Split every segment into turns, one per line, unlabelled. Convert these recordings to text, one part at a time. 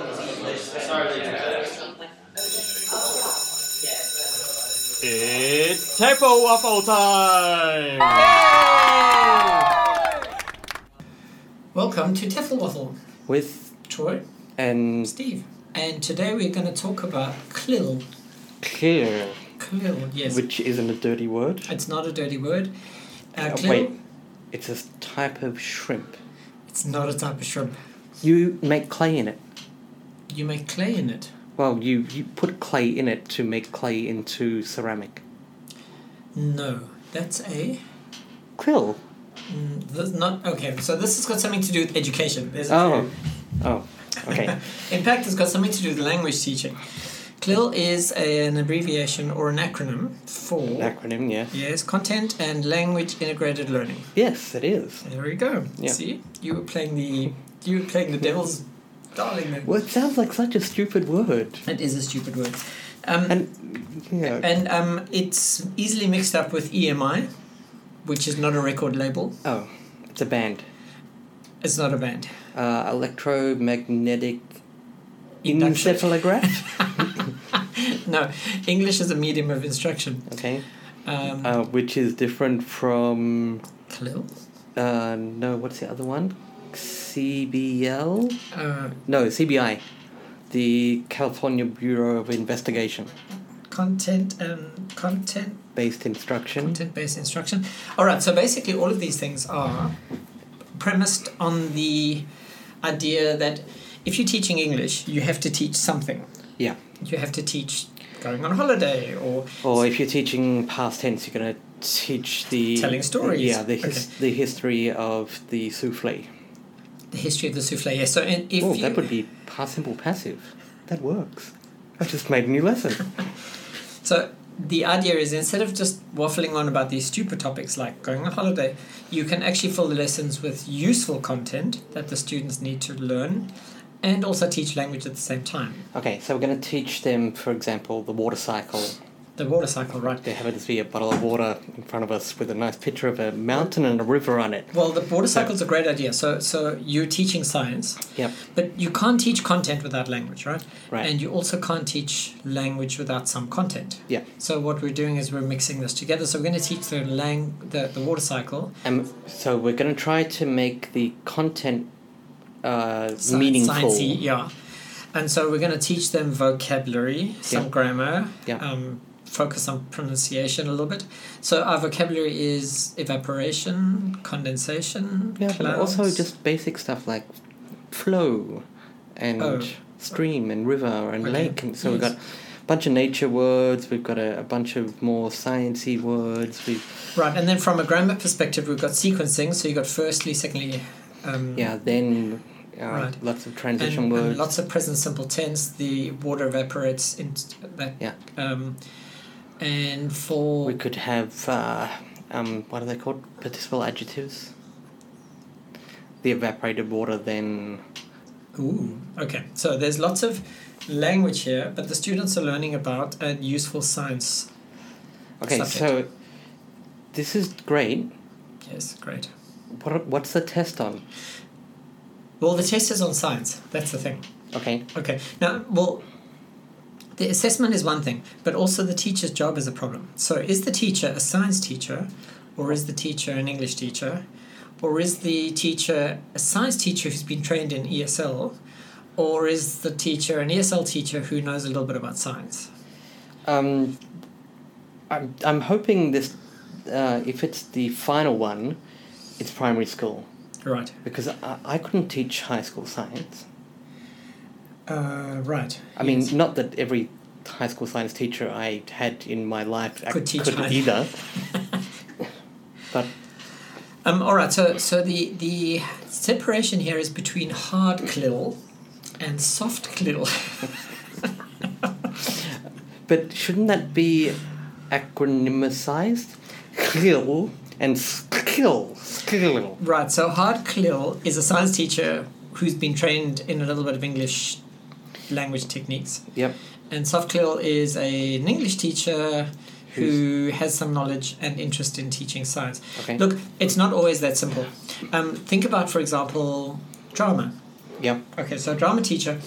just sorry that you said
It's typo waffle time!
Welcome to Tiffle Waffle,
With
Troy,
and
Steve, and today we're going to talk about clill.
clear,
Clill, yes,
which isn't a dirty word.
it's not a dirty word. Uh,
Oh,
clill,
wait, it's a type of shrimp.
it's not a type of shrimp.
You make clay in it.
You make clay in it.
Well, you, you put clay in it to make clay into ceramic.
No, that's a.
Quill.
mm, That's not okay. So this has got something to do with education. There's a
Oh.
clue.
Oh. Okay.
In fact, it's got something to do with language teaching. CLIL is a- an abbreviation or an acronym
An
for
acronym, yeah.
yes, content and language integrated learning.
Yes, it is.
There we go.
Yeah.
See, you were playing the you were playing the devil's darling. There.
Well, it sounds like such a stupid word.
That is a stupid word. Um, and
And, you know,
um, it's easily mixed up with EMI, which is not a record label.
oh, it's a band.
It's not a band.
Uh, electromagnetic
Induction.
encephalograph.
No, English is a medium of instruction.
okay.
Um,
Uh, which is different from
CLIL.
Uh, no, what's the other one? CBL?
Uh,
No, CBI. The California Bureau of Investigation.
content um, content
Based instruction.
content based instruction. All right, so basically, all of these things are premised on the idea that if you're teaching English, you have to teach something.
Yeah.
You have to teach going on holiday or
Or if you're teaching past tense, you're going to teach the.
Telling stories.
Yeah, the, his, the history of the souffle.
the history of the souffle. Yes, so in- if
Oh,
you,
that would be past simple passive. That works. I just made a new lesson.
so the idea is instead of just waffling on about these stupid topics like going on holiday, you can actually fill the lessons with useful content that the students need to learn and also teach language at the same time.
Okay, so we're going to teach them, for example, the water cycle.
The water cycle, right?
There happens to be a bottle of water in front of us with a nice picture of a mountain and a river on it.
Well, the border cycle's a great idea. So, so you're teaching science,
Yep.
but you can't teach content without language, right?
Right.
And you also can't teach language without some content.
Yeah.
So what we're doing is we're mixing this together. So we're going to teach the lang the, the water cycle
Um, so we're going to try to make the content uh,
sci-
meaningful.
sciencey, yeah. And so we're going to teach them vocabulary, some
Yeah.
grammar,
Yeah.
um, focus on pronunciation a little bit. So our vocabulary is evaporation, condensation,
Yeah, but also
clouds.
just basic stuff like flow and
Oh.
stream and river and
Okay.
lake. And so we've
Yes.
got a bunch of nature words, we've got a, a bunch of more sciencey words. We've,
Right, and then from a grammar perspective, we've got sequencing. So you've got firstly, secondly, um,
yeah, then uh,
Right.
lots of
and,
transition
and
words.
lots of present simple tense. The water evaporates in that.
Yeah.
Um, and for
we could have, uh, um, what are they called? Participle adjectives. The evaporated water, then.
ooh, okay. So there's lots of language here, but the students are learning about a useful science.
Okay,
Subject.
so this is great.
Yes, great.
What, what's the test on?
Well, the test is on science. That's the thing.
Okay.
Okay. Now, well, the assessment is one thing, but also the teacher's job is a problem. So, is the teacher a science teacher, or is the teacher an English teacher, or is the teacher a science teacher who's been trained in ESL, or is the teacher an ESL teacher who knows a little bit about science?
Um, I'm, I'm hoping this, uh, if it's the final one, it's primary school.
Right.
Because I, I couldn't teach high school science.
Uh, right.
I mean, not that every high school science teacher I had in my life ac-
Could teach high-
either. but
Um, all right. So, so the the separation here is between hard clill and soft clill.
but shouldn't that be acronymized? Skill and skill. Skill.
Right, so Hard Clill is a science teacher who's been trained in a little bit of English language techniques.
Yep.
And Soft Clill is a, an English teacher who has some knowledge and interest in teaching science.
Okay.
Look, it's not always that simple. Um, think about, for example, drama.
Yep.
Okay, so drama teacher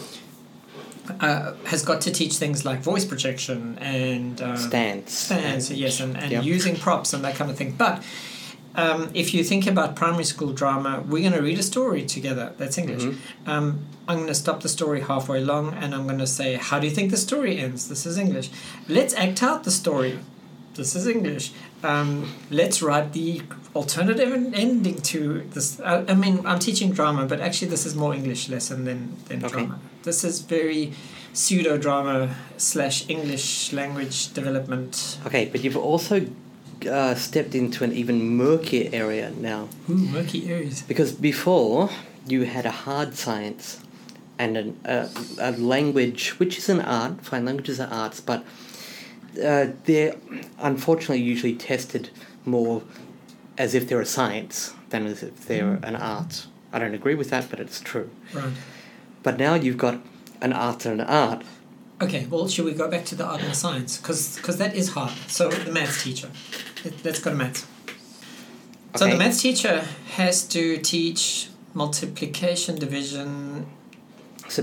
uh, has got to teach things like voice projection and um,
Stance.
stands, yes, and, and
Yep.
using props and that kind of thing. But um, if you think about primary school drama, we're going to read a story together. That's English. Um, I'm going to stop the story halfway long and I'm going to say, How do you think the story ends? This is English. Let's act out the story. This is English. Um, let's write the alternative en- ending to this. uh, I, I mean, I'm teaching drama, but actually, this is more English lesson than, than
Okay.
drama. This is very pseudo drama slash English language development
Okay, but you've also uh, stepped into an even murkier area now.
Ooh, murky areas.
Because before, you had a hard science and an, uh, a language, which is an art, fine languages are arts, but uh, they're unfortunately usually tested more as if they're a science than as if they're
Mm.
an art. I don't agree with that, but it's true.
Right.
But now you've got an art and an art.
Okay, well, should we go back to the art and the science? Because that is hard. So, the maths teacher. Let- Let's go to maths. So, the
Okay.
maths teacher has to teach multiplication, division,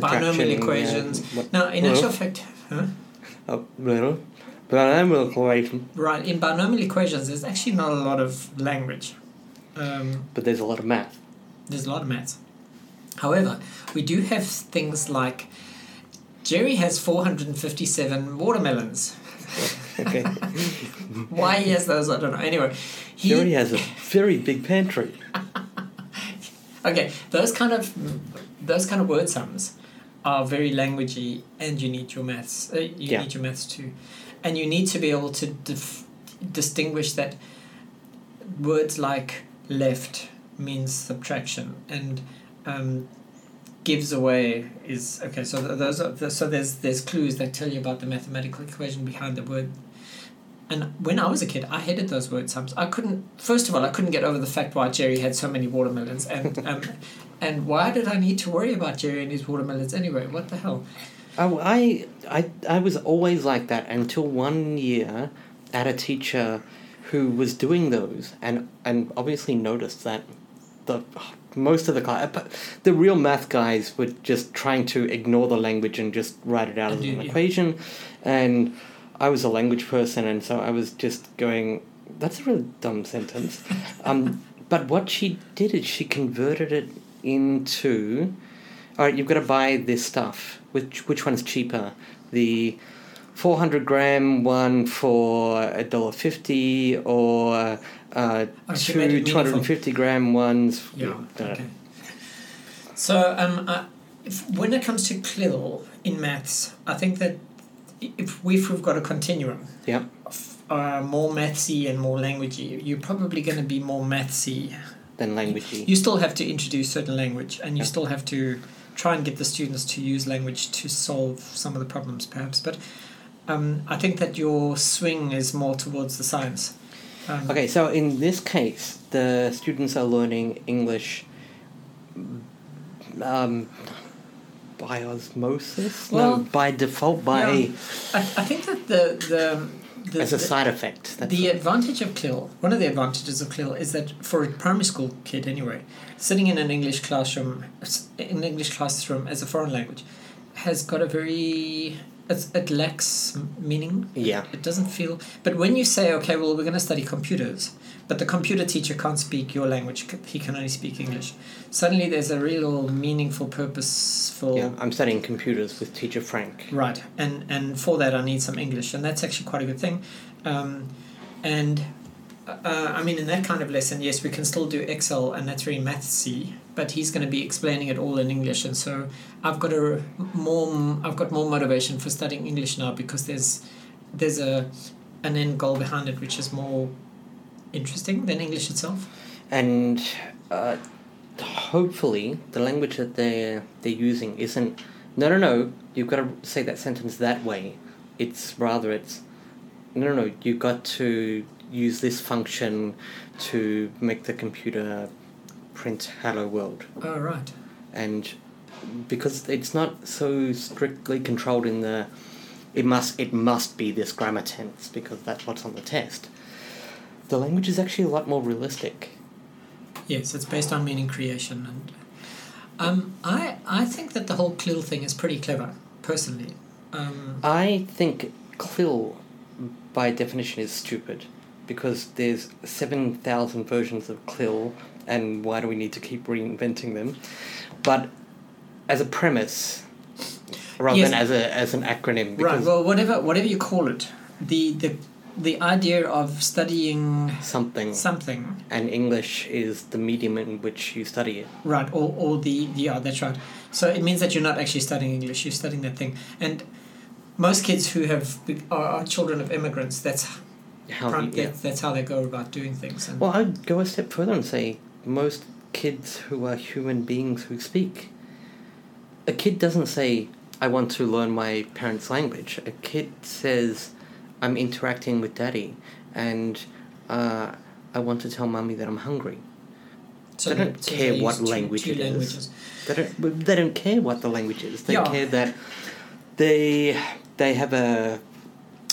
binomial
uh,
equations.
what-
Now, in
Well-
actual fact, huh?
A little. Binomial equation,
right, in binomial equations, there's actually not a lot of language. Um,
but there's a lot of math.
There's a lot of maths. However, we do have things like Jerry has 457 watermelons.
Okay.
Why he has those, I don't know. Anyway, he,
He already has a very big pantry.
okay, those kind of those kind of word sums are very languagey, and you need your maths. Uh, you
Yeah.
need your maths too, and you need to be able to dif- distinguish that words like left means subtraction and um, gives away is okay. So th- those are th- so there's there's clues that tell you about the mathematical equation behind the word. And when I was a kid, I hated those word sums. I couldn't. First of all, I couldn't get over the fact why Jerry had so many watermelons, and um, and why did I need to worry about Jerry and his watermelons anyway? What the hell?
I, I, I, I was always like that until one year I had a teacher who was doing those and, and obviously noticed that the most of the class, but the real math guys were just trying to ignore the language and just write it out as
And
an
you- yeah.
equation. And I was a language person, and so I was just going, that's a really dumb sentence. um, but what she did is she converted it into all right, you've got to buy this stuff. Which which one's cheaper? The 400 gram one for a dollar fifty, or uh,
Oh, she made
two
it
250 gram ones.
Yeah.
I don't know.
Okay. So um, I, if, when it comes to CLIL in maths, I think that if we've, we've got a continuum,
Yeah.
of, uh, more mathsy and more languagey, you're probably going to be more mathsy.
Then E. languagey.
You still have to introduce certain language, and you still have to try and get the students to use language to solve some of the problems, perhaps. But um, I think that your swing is more towards the science. Um,
Okay, so in this case, the students are learning English um, by osmosis.
Well,
no, by default, by E,
yeah. I, I think that the the, the
as a
the-
side effect. That's
The advantage of CLIL, one of the advantages of CLIL is that for a primary school kid anyway, sitting in an English classroom, in an English classroom as a foreign language, has got a very it's, it lacks meaning.
yeah.
It doesn't feel. But when you say, okay, well, we're going to study computers, but the computer teacher can't speak your language; c- he can only speak English. Suddenly, there's a real meaningful, purposeful.
Yeah, I'm studying computers with teacher Frank.
Right, and and for that I need some English, and that's actually quite a good thing. Um, and uh, I mean, in that kind of lesson, yes, we can still do Excel, and that's very mathsy. But he's going to be explaining it all in English, and so I've got a more I've got more motivation for studying English now because there's there's a an end goal behind it, which is more interesting than English itself.
and uh, hopefully the language that they're they're using isn't no no no you've got to say that sentence that way it's rather it's no no no you've got to use this function to make the computer print hello world
Oh right,
and because it's not so strictly controlled in the it must it must be this grammar tense because that's what's on the test the language is actually a lot more realistic
yes, it's based on meaning creation, and um, I I think that the whole CLIL thing is pretty clever. personally. Um,
I think CLIL, by definition, is stupid because there's 7,000 versions of CLIL, and why do we need to keep reinventing them? But as a premise, rather
Yes.
than as, a, as an acronym,
right.
because
Well, whatever whatever you call it, the the the idea of studying
something,
something,
and English is the medium in which you study it.
right? Or or the yeah, that's right. So it means that you're not actually studying English. You're studying that thing, and most kids who have be- are, are children of immigrants. That's
How
prim-
you, yeah.
that, that's how they go about doing things. And
Well, I'd go a step further and say most kids who are human beings who speak. A kid doesn't say, I want to learn my parents' language. A kid says, I'm interacting with daddy and uh, I want to tell mummy that I'm hungry.
so
they don't
so
care
they
what
use two-
language
two
it is.
languages.
They don't, but they don't care what the language is. They
Yeah.
care that they, they have a,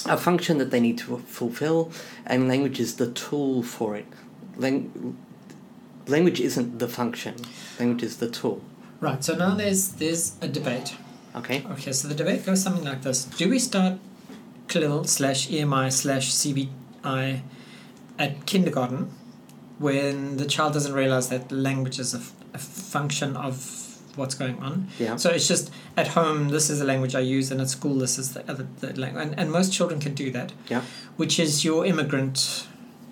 a function that they need to fulfill, and language is the tool for it. Lang- language isn't the function, language is the tool.
Right. So now there's there's a debate.
Okay?
Okay, so the debate goes something like this: Do we start CLIL slash EMI slash CBI at kindergarten when the child doesn't realize that language is a, f- a function of what's going on?
Yeah.
So it's just at home, this is the language I use, and at school, this is the other the language, and, and most children can do that,
Yeah.
which is your immigrant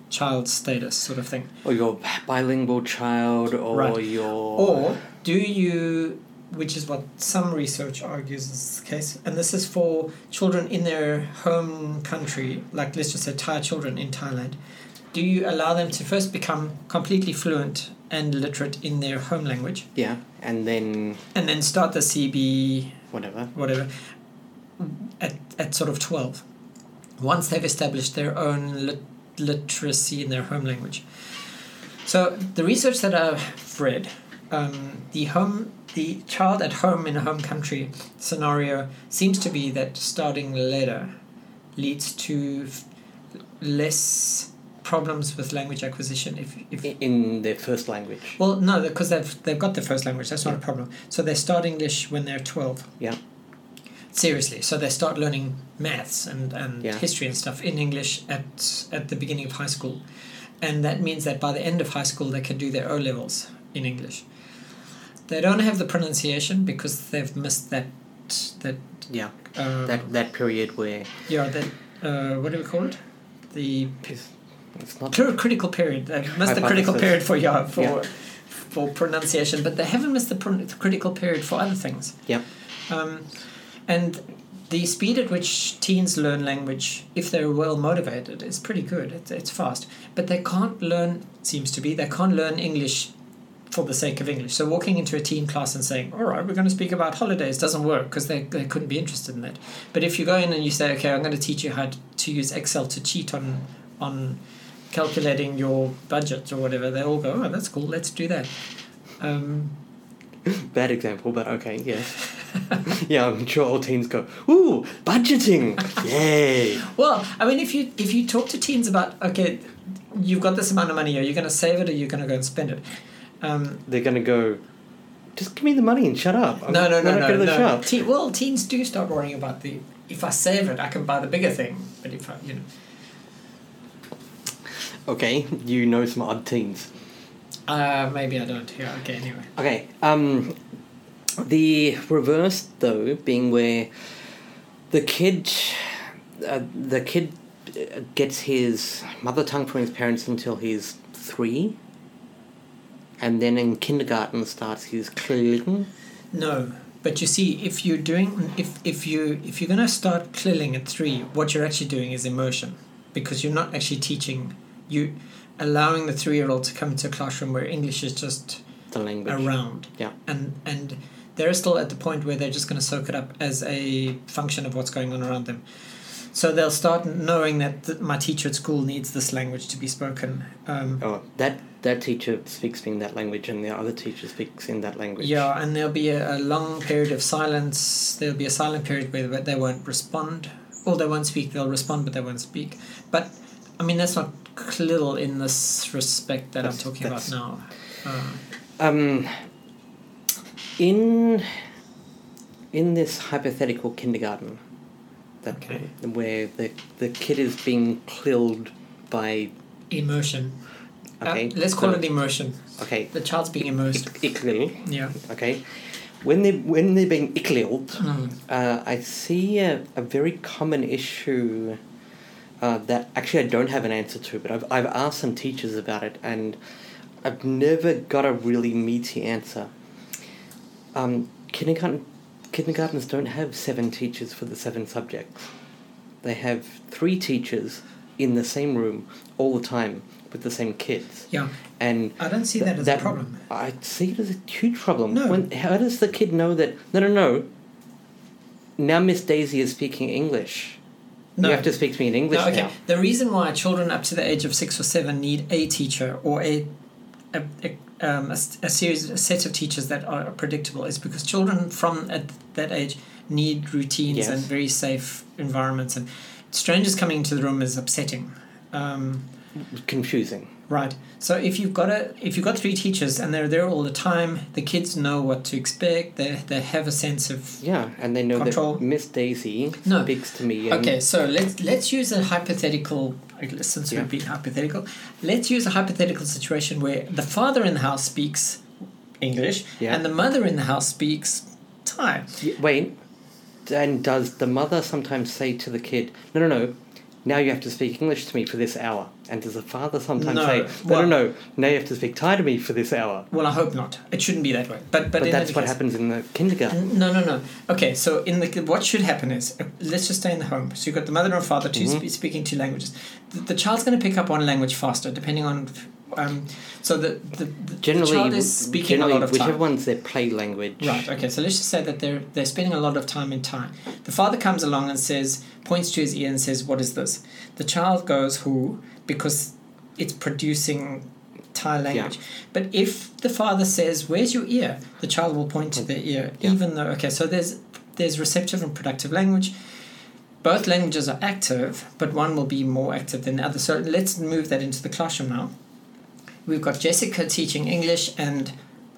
child status sort of thing.
Or your bilingual child, or
Right.
your.
Or do you, which is what some research argues is the case, and this is for children in their home country, like let's just say Thai children in Thailand, do you allow them to first become completely fluent and literate in their home language
Yeah, and then
and then start the CB,
whatever.
whatever, at, at sort of 12? Once they've established their own lit- literacy in their home language. So the research that I've read, um, the home, the child at home in a home country scenario seems to be that starting later leads to f- less problems with language acquisition. If, if
i- In their first language.
well, no, because they've they've got the first language. That's not a problem. So they start English when they're twelve.
Yeah.
Seriously, so they start learning maths and, and
Yeah.
history and stuff in English at at the beginning of high school, and that means that by the end of high school they can do their O levels in English. They don't have the pronunciation because they've missed that that
Yeah.
um,
That that period where.
yeah that uh, what do we call it the
It's, it's not.
cri- critical period. They've missed the critical
Hypothesis.
period for yeah, for
Yeah.
for pronunciation, but they haven't missed the, pron- the critical period for other things.
Yeah.
Um, and the speed at which teens learn language, if they're well motivated, is pretty good. It's, it's fast, but they can't learn. Seems to be they can't learn English for the sake of English. So walking into a teen class and saying, "All right, we're going to speak about holidays," doesn't work because they they couldn't be interested in that. But if you go in and you say, "Okay, I'm going to teach you how to- to use Excel to cheat on on calculating your budget or whatever," they all go, "Oh, that's cool. Let's do that." Um,
Bad example, but okay, yeah. yeah, I'm sure all teens go, ooh, budgeting! Yay!
Well, I mean, if you if you talk to teens about okay, you've got this amount of money, are you going to save it or are you going to go and spend it? Um,
They're gonna go, just give me the money and shut up. I'm
no, no, no,
gonna
no,
go to the
no.
shop.
Te- well, teens do start worrying about the if I save it, I can buy the bigger thing. But if I, you know,
Okay, you know some odd teens.
uh, maybe I don't. Yeah. Okay. Anyway.
Okay. Um, the reverse though being where the kid, uh, the kid uh, gets his mother tongue from his parents until he's three, and then in kindergarten starts his kling.
No. But you see, if you're doing if if you if you're going to start clilling at three, what you're actually doing is immersion, because you're not actually teaching. You allowing the three year old to come into a classroom where English is just
The language.
around.
Yeah.
And and they're still at the point where they're just going to soak it up as a function of what's going on around them. So they'll start knowing that th- my teacher at school needs this language to be spoken. Um,
Oh, that that teacher speaks in that language, and the other teacher speaks in that language.
yeah, and there'll be a, a long period of silence. There'll be a silent period where where they won't respond. Or they won't speak, they'll respond, but they won't speak. But, I mean, that's not little in this respect that
That's-
I'm talking about
that's-
now. Uh,
Um, in in this hypothetical kindergarten that
Okay.
where the the kid is being killed by
Emotion. Uh,
okay
let's call
so-
it emotion.
okay
The child's being immersed.
iklil
Yeah.
okay when they when they're being iklilled
Mm.
uh, I see a, a very common issue uh, that actually I don't have an answer to, but I've, I've asked some teachers about it and I've never got a really meaty answer. Um, kindergarten, kindergartens don't have seven teachers for the seven subjects, they have three teachers in the same room all the time with the same kids.
Yeah.
And
I don't see
Th-
that as a problem.
I see it as a huge problem.
No.
When, how does the kid know that? No, no, no. Now Miss Daisy is speaking English.
No.
You have to speak to me in English
No, okay.
now.
The reason why children up to the age of six or seven need a teacher or a a, a, um, a, s- a series, a set of teachers that are predictable is because children from at that age need routines
Yes.
and very safe environments. And strangers coming into the room is upsetting. Um,
Confusing.
Right. So if you've got a if you've got three teachers and they're there all the time, the kids know what to expect. They they have a sense of
Yeah, and they know
Control.
that Miss Daisy
No.
speaks to me. And
Okay, so let's let's use a hypothetical since
Yeah.
we've been hypothetical. Let's use a hypothetical situation where the father in the house speaks English
Yeah.
and the mother in the house speaks Thai.
Y- Wait. And does the mother sometimes say to the kid, "No, no, no"? Now you have to speak English to me for this hour. And does the father sometimes
No.
say, "No,
Well-
no, no"? Now you have to speak Thai to me for this hour.
Well, I hope not. It shouldn't be that way. But but,
But,
in
that's
any
what
case-
happens in the kindergarten.
No, no, no. Okay, so in the what should happen is uh, let's just stay in the home. So you've got the mother and father, 2
Mm-hmm.
spe- speaking two languages. The, the child's going to pick up one language faster, depending on. Um, so the the, the
generally,
the child is speaking
generally
a lot of
whichever
time.
one's their play language.
Right. Okay. So let's just say that they're they're spending a lot of time in time. The father comes along and says, points to his ear and says, "What is this?" The child goes, "Who?" because it's producing Thai language. But if the father says, "Where's your ear?" the child will point to their ear,
Yeah.
even though okay. So there's there's receptive and productive language. Both languages are active, but one will be more active than the other. So let's move that into the classroom now. We've got Jessica teaching English and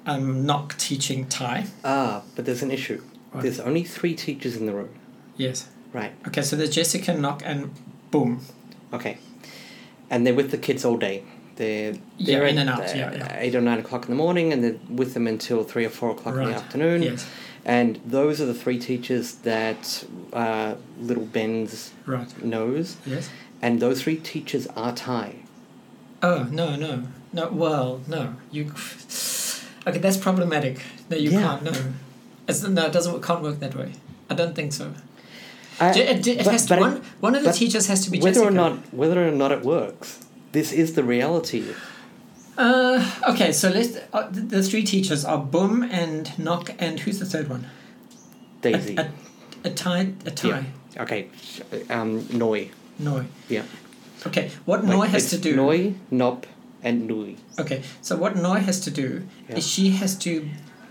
um, Nok teaching Thai.
Ah, but there's an issue. There's only three teachers in the room.
Yes.
Right.
Okay, so there's Jessica, Knock, and Boom.
Okay. And they're with the kids all day. They're,
Yeah,
they're
in
at,
and out,
uh,
yeah, yeah.
Eight or nine o'clock in the morning, and they're with them until three or four o'clock in
Right,
the afternoon.
yes.
And those are the three teachers that uh, little Ben's
Right.
knows.
Yes.
And those three teachers are Thai.
Oh, no, no. No, well, no. You. Okay, that's problematic. No, you
Yeah.
can't, no. It's, no, it doesn't, it can't work that way. I don't think so.
I-
Je- it, uh, it
Uh, but-
has to,
but I-
one, one of the
but
teachers has to be
whether
Jessica.
or not whether or not it works, this is the reality.
Uh, okay, so let's. Uh, the, the three teachers are Boom and Knock, and who's the third one? A,
Daisy.
a, a tie. A tie.
Yeah. Okay. Um, Noi.
Noi.
Yeah.
Okay, what
Like,
Noi has
it's
to do.
Noi, Nop, and Nui.
Okay, so what Noi has to do
Yeah.
is she has to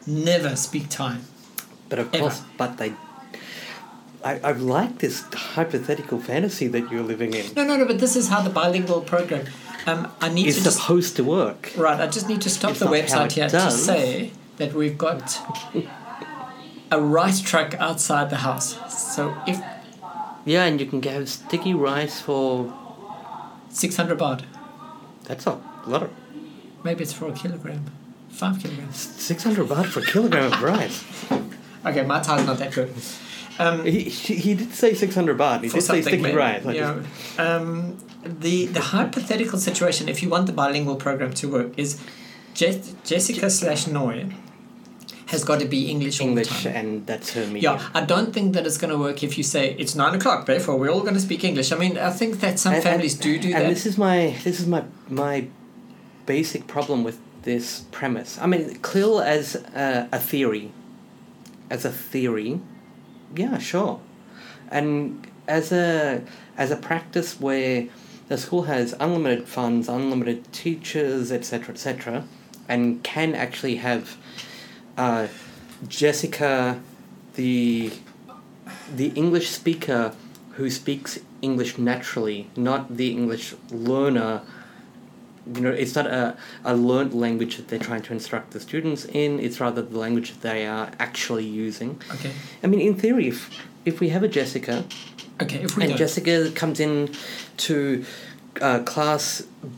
never speak Thai.
But of
Ever.
course, but they. I, I like this hypothetical fantasy that you're living in.
No, no, no, but this is how the bilingual program. Um, I need
It's
to just,
supposed to work.
right. I just need to stop
It's
the
not how
website
it
here to
does.
say that we've got a rice truck outside the house. So if
Yeah, and you can have sticky rice for.
six hundred baht,
That's a lot of.
maybe it's for a kilogram, five kilograms.
600 baht for a kilogram of rice.
Okay, my Thai's not that good. Um,
He, he, he did say 600 baht. He
for
did say
something,
sticky
maybe,
rice. I
you
just-
know. um, the the hypothetical situation, if you want the bilingual program to work, is Je- Jessica slash Noy has got to be English, all
English,
the time.
and that's her medium.
Yeah, I don't think that it's going to work if you say it's nine o'clock. Therefore, we're all going to speak English. I mean, I think that some
And- and-
families do do
And
that.
this is my this is my my basic problem with this premise. I mean, Clill as a, a theory, as a theory, yeah, sure, and as a as a practice where the school has unlimited funds, unlimited teachers, etc., etc., and can actually have uh, Jessica, the the English speaker who speaks English naturally, not the English learner you know, it's not a, a learnt language that they're trying to instruct the students in. It's rather the language that they are actually using.
Okay.
I mean, in theory, if if we have a Jessica
Okay. If we
and
don't,
Jessica comes in to uh, class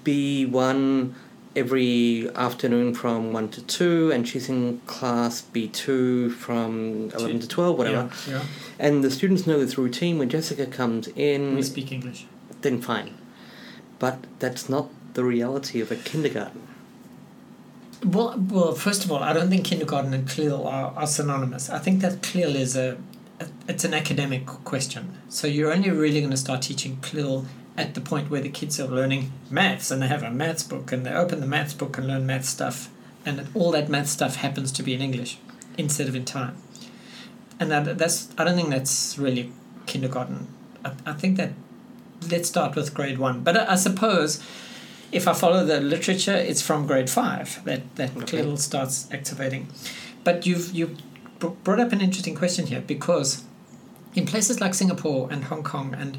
B one every afternoon from one to two, and she's in class B two from eleven to twelve, whatever.
Yeah, yeah.
And the students know this routine. When Jessica comes in,
we speak English.
then fine. But that's not the reality of a kindergarten.
Well, well, first of all, I don't think kindergarten and CLIL are, are synonymous. I think that CLIL is a, a- it's an academic question. So you're only really going to start teaching CLIL at the point where the kids are learning maths and they have a maths book and they open the maths book and learn maths stuff, and all that maths stuff happens to be in English instead of in time. And that that's I don't think that's really kindergarten. I, I think that let's start with grade one. But I, I suppose if I follow the literature, it's from grade five that that
Okay.
CLIL starts activating. But you've you br- brought up an interesting question here because in places like Singapore and Hong Kong and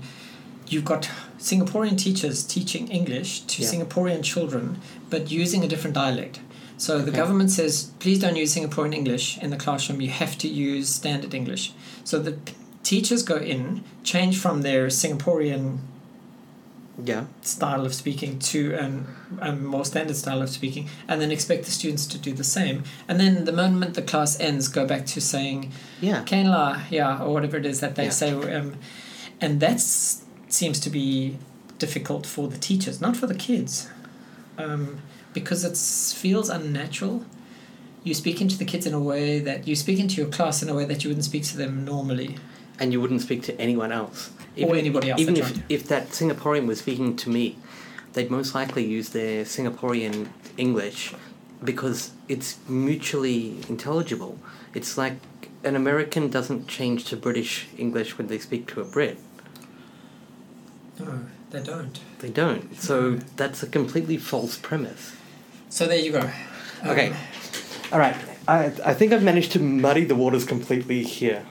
you've got Singaporean teachers teaching English to
Yeah.
Singaporean children but using a different dialect. So the
Okay.
government says please don't use Singaporean English in the classroom. You have to use standard English. So the p- teachers go in, change from their Singaporean
Yeah.
style of speaking to an, a more standard style of speaking and then expect the students to do the same and then the moment the class ends go back to saying
Yeah.
Ken La, yeah, or whatever it is that they
Yeah.
say. Um, and that seems to be difficult for the teachers, not for the kids, um, because it feels unnatural. You speak into the kids in a way that you speak into your class in a way that you wouldn't speak to them normally
And you wouldn't speak to anyone else.
or anybody else.
even
that's
if,
right.
if that Singaporean was speaking to me, they'd most likely use their Singaporean English because it's mutually intelligible. It's like an American doesn't change to British English when they speak to a Brit.
no, they don't.
They don't. So
Mm-hmm.
that's a completely false premise.
So there you go. Um,
Okay. All right. I, I think I've managed to muddy the waters completely here.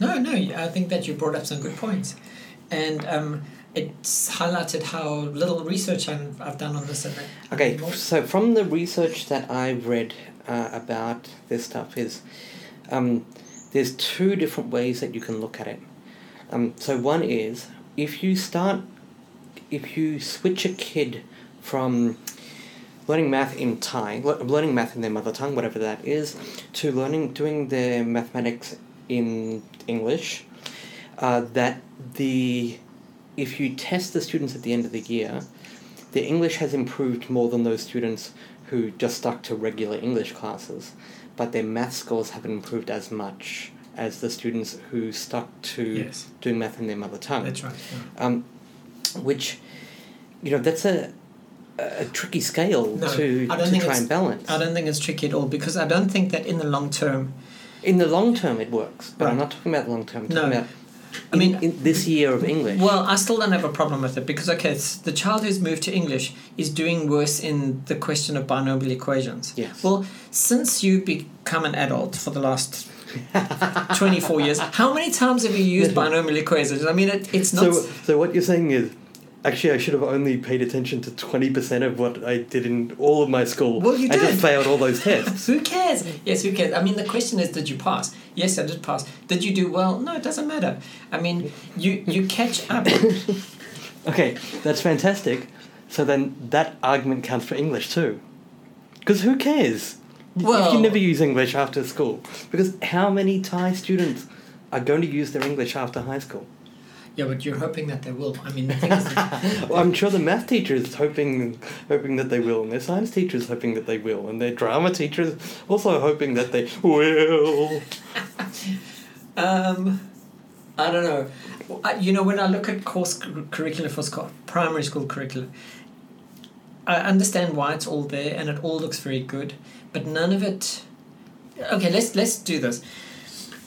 No, no, I think that you brought up some good points. And um, it's highlighted how little research I've, I've done on this. And that
Okay, so from the research that I've read uh, about this stuff is um, there's two different ways that you can look at it. Um, so one is if you start if you switch a kid from learning math in Thai, le- learning math in their mother tongue, whatever that is, to learning doing their mathematics in English, uh, that the if you test the students at the end of the year, the English has improved more than those students who just stuck to regular English classes, but their math scores haven't improved as much as the students who stuck to
Yes.
doing math in their mother tongue
That's right. yeah.
um, which you know that's a a tricky scale
No,
to,
I don't
to
think
try
it's-
and balance.
I don't think it's tricky at all because I don't think that in the long term.
In the long term, it works, but I'm
Right.
not talking about long term. I'm
No.
talking about
I
in-
mean-
in this year of English.
Well, I still don't have a problem with it because okay, it's the child who's moved to English is doing worse in the question of binomial equations.
Yes.
Well, since you become an adult for the last. 24 years. How many times have you used binomial equations? I mean, it, it's
so
not.
so what you're saying is. Actually, I should have only paid attention to twenty percent of what I did in all of my school.
Well, you
I just
did.
failed all those tests.
Who cares? Yes, who cares? I mean, the question is, did you pass? Yes, I did pass. Did you do well? No, it doesn't matter. I mean, you you catch up.
Okay, that's fantastic. So then that argument counts for English too. Because who cares? Y- if you
Well-
never use English after school. Because how many Thai students are going to use their English after high school?
yeah, but you're hoping that they will. I mean, the thing is, that-
Well, I'm sure the math teacher is hoping, hoping that they will, and their science teacher is hoping that they will, and their drama teacher is also hoping that they will.
um, I don't know. I, you know, when I look at course cu- curricula for school, primary school curricula, I understand why it's all there and it all looks very good, but none of it. Okay, let's let's do this.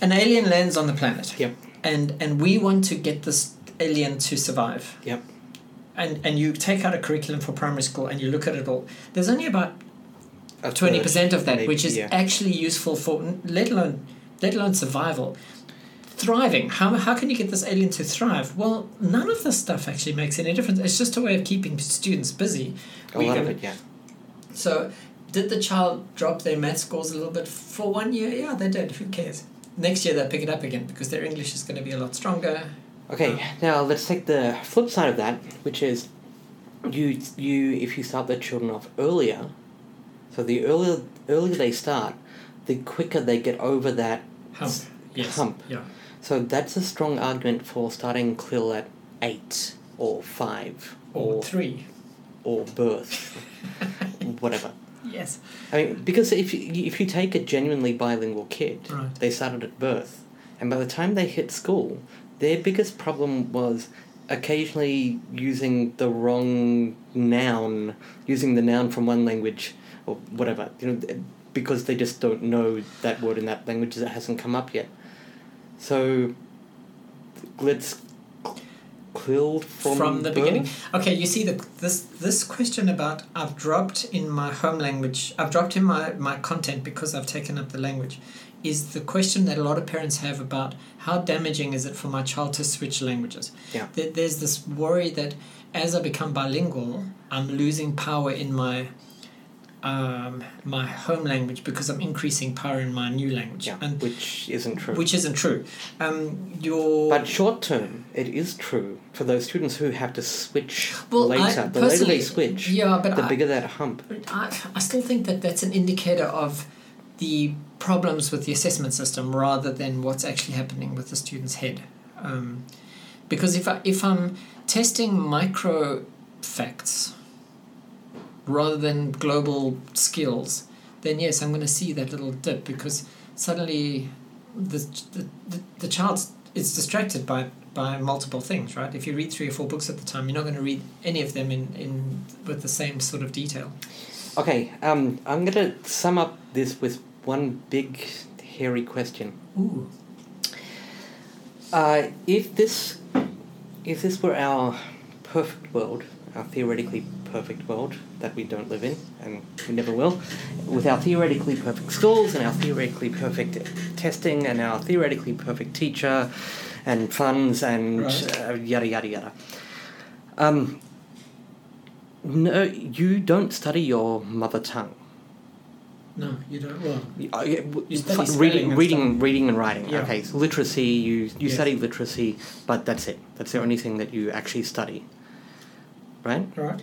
An alien lands on the planet.
Yep,
and and we want to get this alien to survive
yep.
and and you take out a curriculum for primary school and you look at it all there's only about
A
20% of that
third,
which is
yeah.
actually useful for let alone let alone survival thriving. How, how can you get this alien to thrive? Well, none of this stuff actually makes any difference. It's just a way of keeping students busy.
A
We're
lot of
gonna-
it, yeah.
So, did the child drop their math scores a little bit for one year? Yeah, they did. Who cares? Next year they'll pick it up again because their English is going to be a lot stronger.
Okay, now let's take the flip side of that, which is you you if you start the children off earlier, so the earlier earlier they start, the quicker they get over that.
Hump.
s-
Yes.
Hump.
Yeah.
So that's a strong argument for starting Clill at eight or five
Or three.
or birth, whatever.
Yes.
I mean, because if you, if you take a genuinely bilingual kid,
Right.
they started at birth, and by the time they hit school, their biggest problem was occasionally using the wrong noun, using the noun from one language or whatever, you know, because they just don't know that word in that language that hasn't come up yet. So, let's quill from,
From, the
birth?
beginning. Okay, you see that this this question about I've dropped in my home language, I've dropped in my, my content because I've taken up the language, is the question that a lot of parents have about how damaging is it for my child to switch languages.
Yeah.
There- There's this worry that as I become bilingual, I'm losing power in my um, my home language because I'm increasing power in my new language,
Yeah,
and
which isn't true.
which isn't true. Um, your
But short term, it is true for those students who have to switch
Well, I-
later. the later
personally,
they switch,
yeah, but
the
I-
bigger that hump.
I, I still think that that's an indicator of the problems with the assessment system rather than what's actually happening with the student's head. Um, because if, I, if I'm testing micro facts rather than global skills, then yes, I'm going to see that little dip because suddenly the, the, the, the child is distracted by, by multiple things, right? If you read three or four books at the time, you're not going to read any of them in, in with the same sort of detail.
Okay, um, I'm gonna sum up this with one big hairy question.
Ooh.
Uh, if this, if this were our perfect world, our theoretically perfect world that we don't live in and we never will, with our theoretically perfect schools and our theoretically perfect testing and our theoretically perfect teacher, and funds and
Right.
uh, yada yada yada. Um, no, you don't study your mother tongue.
No, you don't. Well,
You- uh, yeah, w-
You
f-
study spelling
reading,
and
reading,
stuff.
reading, and writing.
Yeah.
Okay, so literacy. You you
Yes.
study literacy, but that's it. That's the only thing that you actually study, right?
right.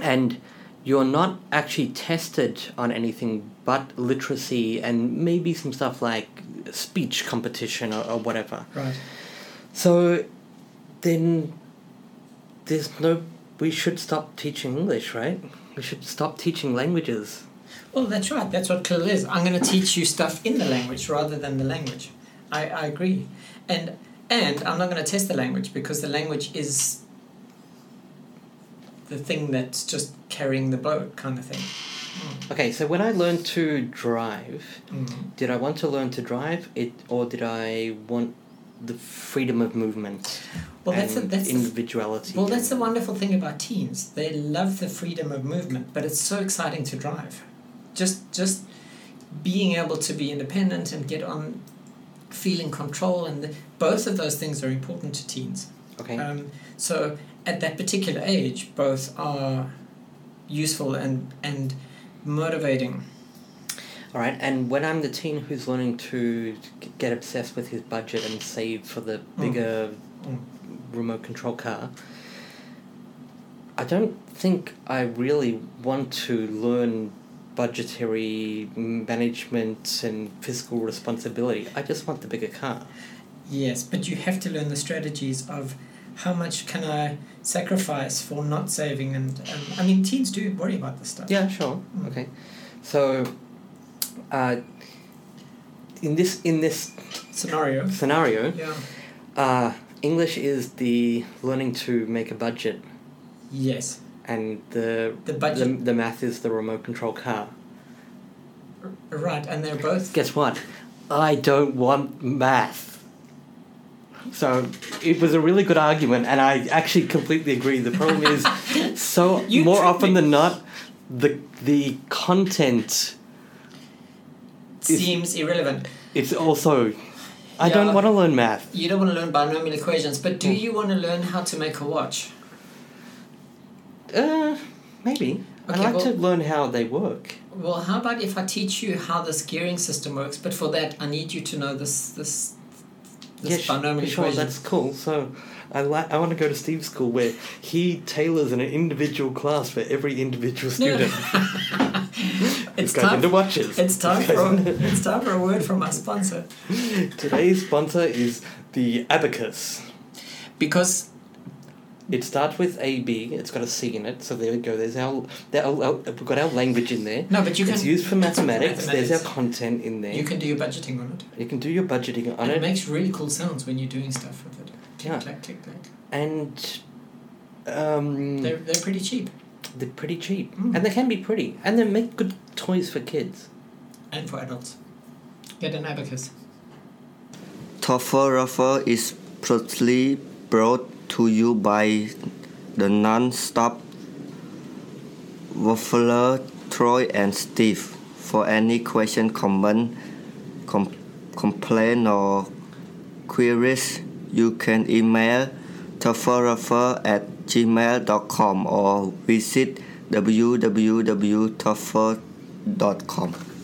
And you're not actually tested on anything but literacy and maybe some stuff like speech competition or, or whatever.
Right.
So then there's no. We should stop teaching English, right? We should stop teaching languages.
Well, Oh, that's right. That's what CLIL is. I'm going to teach you stuff in the language rather than the language. I, I agree. And and I'm not going to test the language because the language is the thing that's just carrying the boat kind of thing.
Okay, so when I learned to drive, Did I want to learn to drive it, or did I want the freedom of movement
Well,
and
that's the, that's the,
individuality?
well, that's the wonderful thing about teens. They love the freedom of movement, but it's so exciting to drive. Just just being able to be independent and get on feeling control and the, both of those things are important to teens.
Okay,
Um, so at that particular age, both are useful and and motivating.
all right. And when I'm the teen who's learning to g- get obsessed with his budget and save for the bigger
Mm.
remote control car, I don't think I really want to learn budgetary management and fiscal responsibility. I just want the bigger car.
Yes, but you have to learn the strategies of how much can I sacrifice for not saving and um, I mean teens do worry about this stuff.
Yeah, sure.
Mm.
Okay. So, uh, in this in this
Scenario.
scenario,
Yeah.
uh, English is the learning to make a budget,
Yes.
and the
The budget.
the, the math is the remote control car.
R- right, and they're both
Guess what? I don't want math. So it was a really good argument, and I actually completely agree. The problem is, so
You
more
tricked
often
me.
than not, the the content
seems irrelevant.
it's also I don't
Yeah.
want to learn math.
You don't want to learn binomial equations, but
Mm.
do you want to learn how to make a watch?
Uh, maybe. I'd
Okay,
like to
well-
learn how they work.
Well, how about if I teach you how this gearing system works? But for that, I need you to know this this this
Yes,
binomial
sure,
equation.
that's cool. So, I like. I want to go to Steve's school where he tailors an individual class for every individual student.
it's
goes
time.
into watches.
It's time
This goes
for it's time for a word from our sponsor.
into- Today's sponsor is the Abacus.
Because
It starts with A B. It's got a C in it, so there we go. There's our, there, our, our- we've got our language in there.
no, but you
it's
can
used for mathematics. There's
mathematics.
our content in there.
you can do your budgeting on it.
You can do your budgeting on
And it
it,
makes really cool sounds when you're doing stuff with it. Click,
Yeah.
clack, click, clack.
and um,
They're,
they're,
they're pretty cheap
pretty cheap,
Mm.
and they can be pretty, and they make good toys for kids.
and for adults. Get an abacus.
Toffel Ruffle is proudly brought to you by the non-stop waffler Troy and Steve. For any question, comment, com- complaint, or queries, you can email toffleruffle at gmail.com or visit www.toffle.com.